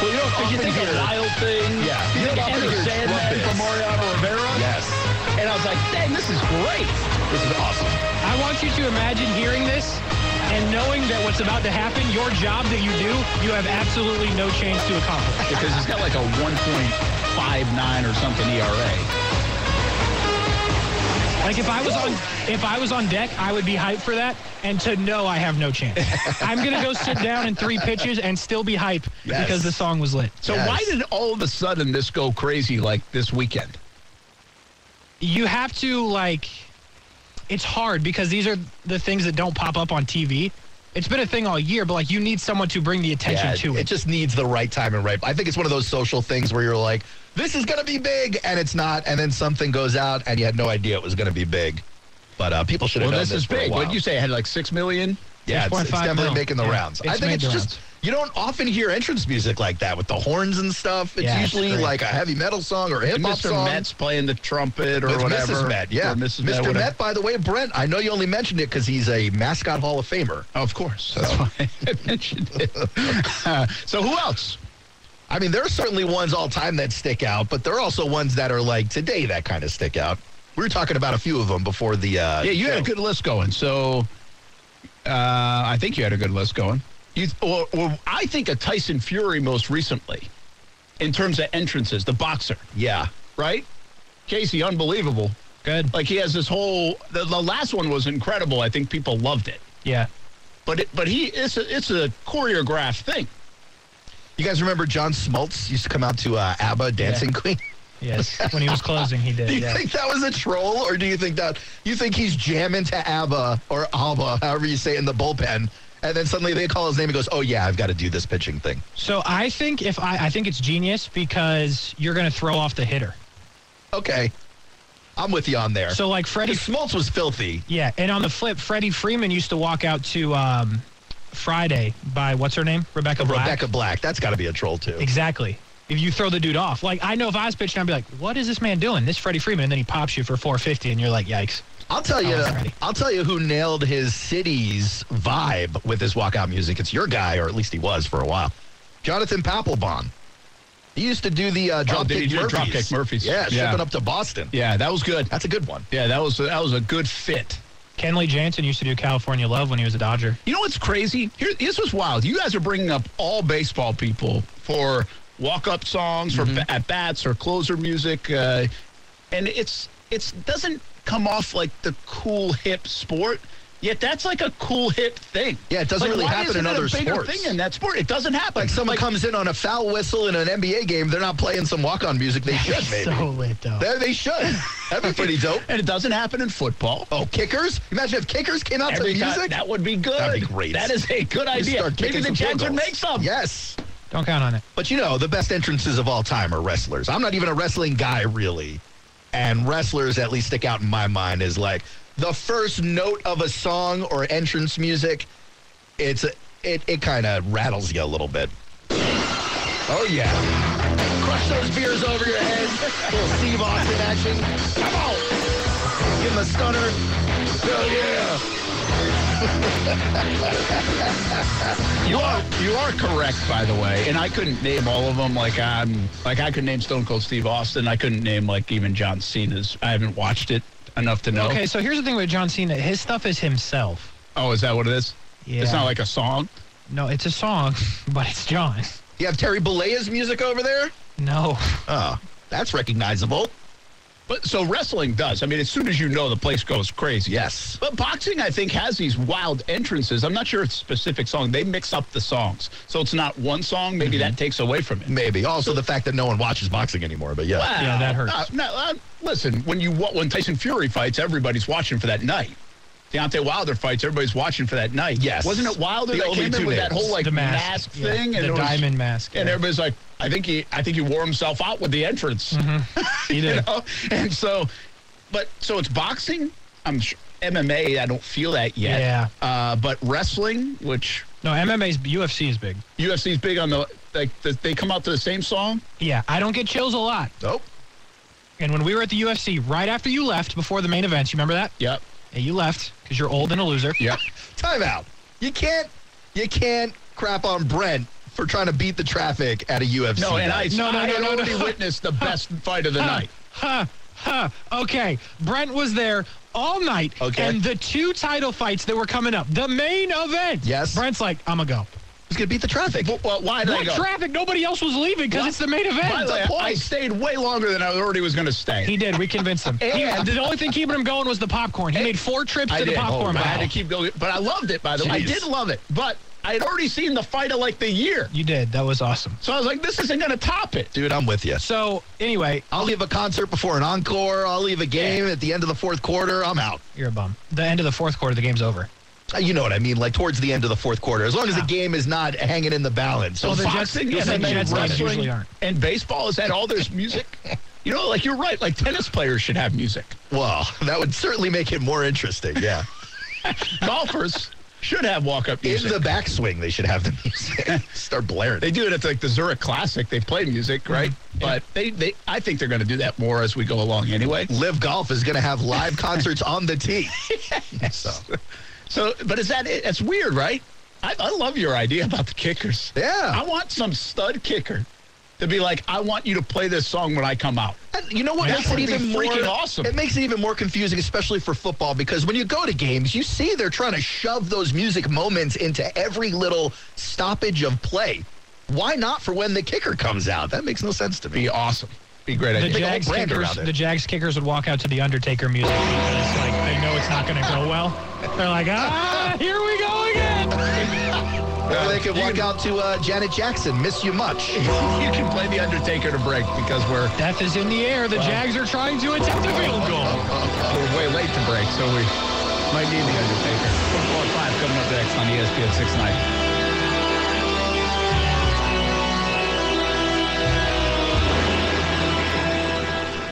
B: Well, you know, because you
C: Often
B: think of
C: hear-
B: Wild Thing, you
C: Yeah. You
B: think
C: don't
B: of
C: often
B: Enter
C: hear
B: Sandman
C: trumpets.
B: from Mariano Rivera,
C: Yes.
B: and I was like, dang, this is great.
C: This is awesome.
D: I want you to imagine hearing this and knowing that what's about to happen, your job that you do, you have absolutely no chance to accomplish.
B: Because it's got like a 1.59 or something E ERA.
D: Like if I was on if I was on deck, I would be hyped for that and to know I have no chance. I'm going to go sit down in three pitches and still be hype
C: Yes.
D: because the song was lit.
B: So
C: Yes.
B: why did all of a sudden this go crazy like this weekend?
D: You have to like it's hard because these are the things that don't pop up on TV. It's been a thing all year, but like you need someone to bring the attention
C: Yeah,
D: to
C: it just needs the right time and right. I think it's one of those social things where you're like, this is going to be big, and it's not, and then something goes out, and you had no idea it was going to be big. But uh, people should have
B: Well,
C: known
B: this is
C: for a
B: big.
C: while.
B: What you say? It had like six million.
C: yeah, it's, it's
D: 6.5
C: definitely
D: mil.
C: making the
D: Yeah,
C: rounds. I
D: it's
C: think
D: made
C: it's
D: the
C: just
D: rounds.
C: you don't often hear entrance music like that with the horns and stuff. It's
D: Yeah, it's
C: usually
D: great.
C: like a heavy metal song or a hip
B: And
C: hop
B: Mr.
C: song.
B: Met's playing the trumpet or
C: with
B: whatever.
C: Mrs. Met, yeah.
B: Or Mrs. Met,
C: Mr.
B: whatever.
C: Met, by the way, Brent, I know you only mentioned it because he's a mascot Hall of Famer.
B: Of course, that's why I mentioned it. Uh, so who else?
C: I mean, there are certainly ones all time that stick out, but there are also ones that are like today that kind of stick out. We were talking about a few of them before the. Uh,
B: Yeah, you had a
C: show.
B: good list going. So uh, I think you had a good list going. You or, or I think of Tyson Fury most recently in terms of entrances, the boxer,
C: Yeah,
B: right? Casey, unbelievable.
D: Good.
B: Like he has this whole. The, the last one was incredible. I think people loved it.
D: Yeah.
B: But it, but he it's a, it's a choreographed thing.
C: you guys remember John Smoltz used to come out to uh, ABBA Dancing Queen.
D: Yes. When he was closing, he did.
C: Do you
D: yeah.
C: think that was a troll, or do you think that you think he's jamming to ABBA or ABBA, however you say it, in the bullpen, and then suddenly they call his name and goes, "Oh yeah, I've got to do this pitching thing."
D: So I think if I, I think it's genius because you're going to throw off the hitter.
C: Okay, I'm with you on there.
D: So like Freddie,
C: Because Smoltz was filthy.
D: yeah, and on the flip, Freddie Freeman used to walk out to um, Friday by what's her name, Rebecca Black.
C: Rebecca Black, that's got to be a troll too.
D: Exactly. if you throw the dude off. Like I know if I was pitching, I'd be like, "What is this man doing?" This Freddie Freeman, and then he pops you for 450, and you're like, "Yikes!"
C: I'll tell you.
D: Alrighty.
C: I'll tell you who nailed his city's vibe with his walkout music. It's your guy, or at least he was for a while. Jonathan Papelbon. He used to do the uh, dropkick
B: Oh, did he do
C: Murphys.
B: Dropkick Murphys?
C: Yeah,
B: Yeah.
C: shipping up to Boston.
B: Yeah, that was good.
C: That's a good one.
B: Yeah, that was that was a good fit.
D: Kenley Jansen used to do California Love when he was a Dodger.
B: You know what's crazy? Here, this was wild. You guys are bringing up all baseball people for walk-up songs,
C: Mm-hmm.
B: for ba- at bats, or closer music, uh, and it's it's doesn't come off like the cool hip sport. Yet that's like a cool hip thing.
C: Yeah, it doesn't
B: Like,
C: really
B: why
C: happen
B: isn't
C: in
B: it
C: other
B: a bigger
C: sports.
B: Thing in that sport, it doesn't happen.
C: Like someone comes in on a foul whistle in an NBA game, they're not playing some walk-on music. They should, maybe.
D: so lit though.
C: There they should. That'd be pretty dope.
B: and it doesn't happen in football.
C: Oh, kickers! Imagine if kickers came out
B: Every
C: to
B: time-
C: music.
B: that would be good.
C: That'd be great.
B: That is a good
C: Just
B: idea.
C: start kicking
B: Maybe the
C: some field
B: Jags would
C: goals.
B: make some.
C: Yes.
D: Don't count on it.
C: But you know, the best entrances of all time are wrestlers. I'm not even a wrestling guy, really. And wrestlers at least stick out in my mind as like the first note of a song or entrance music. It's a, it it kind of rattles you a little bit. Oh yeah! Crush those beers over your head. little Steve Austin action. Come on! Give him a stunner.
E: Hell yeah.
B: You are you are correct, by the way. And I couldn't name all of them. Like I'm like I could name Stone Cold Steve Austin. I couldn't name like even John Cena's. I haven't watched it enough to know.
D: Okay, so here's the thing with John Cena. His stuff is himself.
B: Oh, is that what it is? It's
D: Yeah.
B: not like a song.
D: No, it's a song, but it's John.
C: You have Terry Bollea's music over there.
D: No.
C: Oh, that's recognizable.
B: But so wrestling does. I mean, as soon as you know, the place goes crazy.
C: Yes.
B: But boxing, I think, has these wild entrances. I'm not sure it's a specific song. They mix up the songs, so it's not one song. Maybe
D: Mm-hmm.
B: that takes away from it.
C: Maybe. Also, the fact that no one watches boxing anymore, but yeah.
B: Wow.
D: Yeah, that hurts.
B: Uh, no, uh, listen, when you wa- when Tyson Fury fights, everybody's watching for that night. Deontay Wilder fights, everybody's watching for that night.
C: Yes.
B: wasn't it Wilder
C: The
B: that
C: only
B: came in
C: two
B: with that
C: names.
B: whole like
D: The mask,
B: mask,
D: yeah.
B: thing
D: The
B: and it was-
D: diamond mask,
B: and
D: yeah.
B: everybody's like, I think he, I think he wore himself out with the entrance.
D: Mm-hmm. He
B: You
D: did.
B: know? And so, but so it's boxing. I'm sure MMA. I don't feel that yet.
D: Yeah.
B: Uh, but wrestling, which
D: No, MMA's UFC is big.
B: UFC's big on the like, the, they come out to the same song.
D: Yeah, I don't get chills a lot.
C: Nope.
D: And when we were at the UFC, right after you left, before the main events, you remember that?
B: Yep.
D: And you left because you're old and a loser.
B: Yep.
C: Timeout. You can't you can't crap on Brent for trying to beat the traffic at a UFC.
B: No, and I,
C: night.
D: No, no,
B: I
D: no,
B: had
D: no, no.
B: already witnessed the best fight of the night.
D: Huh, huh. Okay, Brent was there all night.
C: Okay.
D: And the two title fights that were coming up, the main event.
C: Yes.
D: Brent's like, I'm going to go.
C: He's gonna beat the traffic.
B: Well, well, why did I
D: What
B: go?
D: traffic? Nobody else was leaving because it's the main event.
B: By the way,
C: the
B: I
C: point?
B: stayed way longer than I already was going to stay.
D: He did. We convinced him. He-
B: And-
D: the only thing keeping him going was the popcorn. He made four trips
B: I
D: to the
B: did. Oh,
D: popcorn
B: I
D: bottle.
B: had to keep going, but I loved it. By the way, I
C: Jeez.
B: did love it, but I had already seen the fight of like the year,
D: You did. That was awesome.
B: so I was like, this isn't going to top it.
C: Dude, I'm with you.
D: So anyway,
C: I'll leave a concert before an encore. I'll leave a game at the end of the fourth quarter. I'm out.
D: you're a bum. The end of the fourth quarter, the game's over.
C: Uh, You know what I mean? Like towards the end of the fourth quarter, as long as the game is not hanging in the balance.
D: Well,
C: So
D: the
C: fuck-
D: Jets-
B: Boxing
D: you'll
B: and
D: say
B: then
D: Jets games
B: wrestling
D: usually aren't.
B: and baseball has had all this music. you know, like you're right. Like tennis players should have music.
C: well, that would certainly make it more interesting. Yeah.
B: Golfers should have walk-up
C: in
B: music.
C: the backswing, they should have the music start blaring.
B: They do it at like the Zurich Classic. They play music, right? But they, they, I think they're going to do that more as we go along anyway.
C: Live Golf is going to have live concerts on the tee. So,
B: So, but is that it? That's weird, right? I, I love your idea about the kickers.
C: Yeah.
B: I want some stud kicker to be like, I want you to play this song when I come out.
C: and you know what
B: That
C: makes it
B: would be
C: even more
B: freaking awesome.
C: It makes it even more confusing, especially for football, because when you go to games, you see they're trying to shove those music moments into every little stoppage of play. Why not for when the kicker comes out? That makes no sense to me.
B: Be awesome. Be a great
D: The
B: idea.
C: whole
D: Jags
C: brand
D: kickers,
C: around it.
D: the Jags kickers would walk out to the Undertaker music because like they know it's not going to go well. They're like, ah, here we go again.
C: or they could walk out to uh, Janet Jackson, "Miss You Much."
B: you can play the Undertaker to break because we're
D: Death is in the air. The Jags are trying to attempt a field goal.
B: we're way E late to break, so we might need the Undertaker. Football at five coming up next on ESPN six ninety.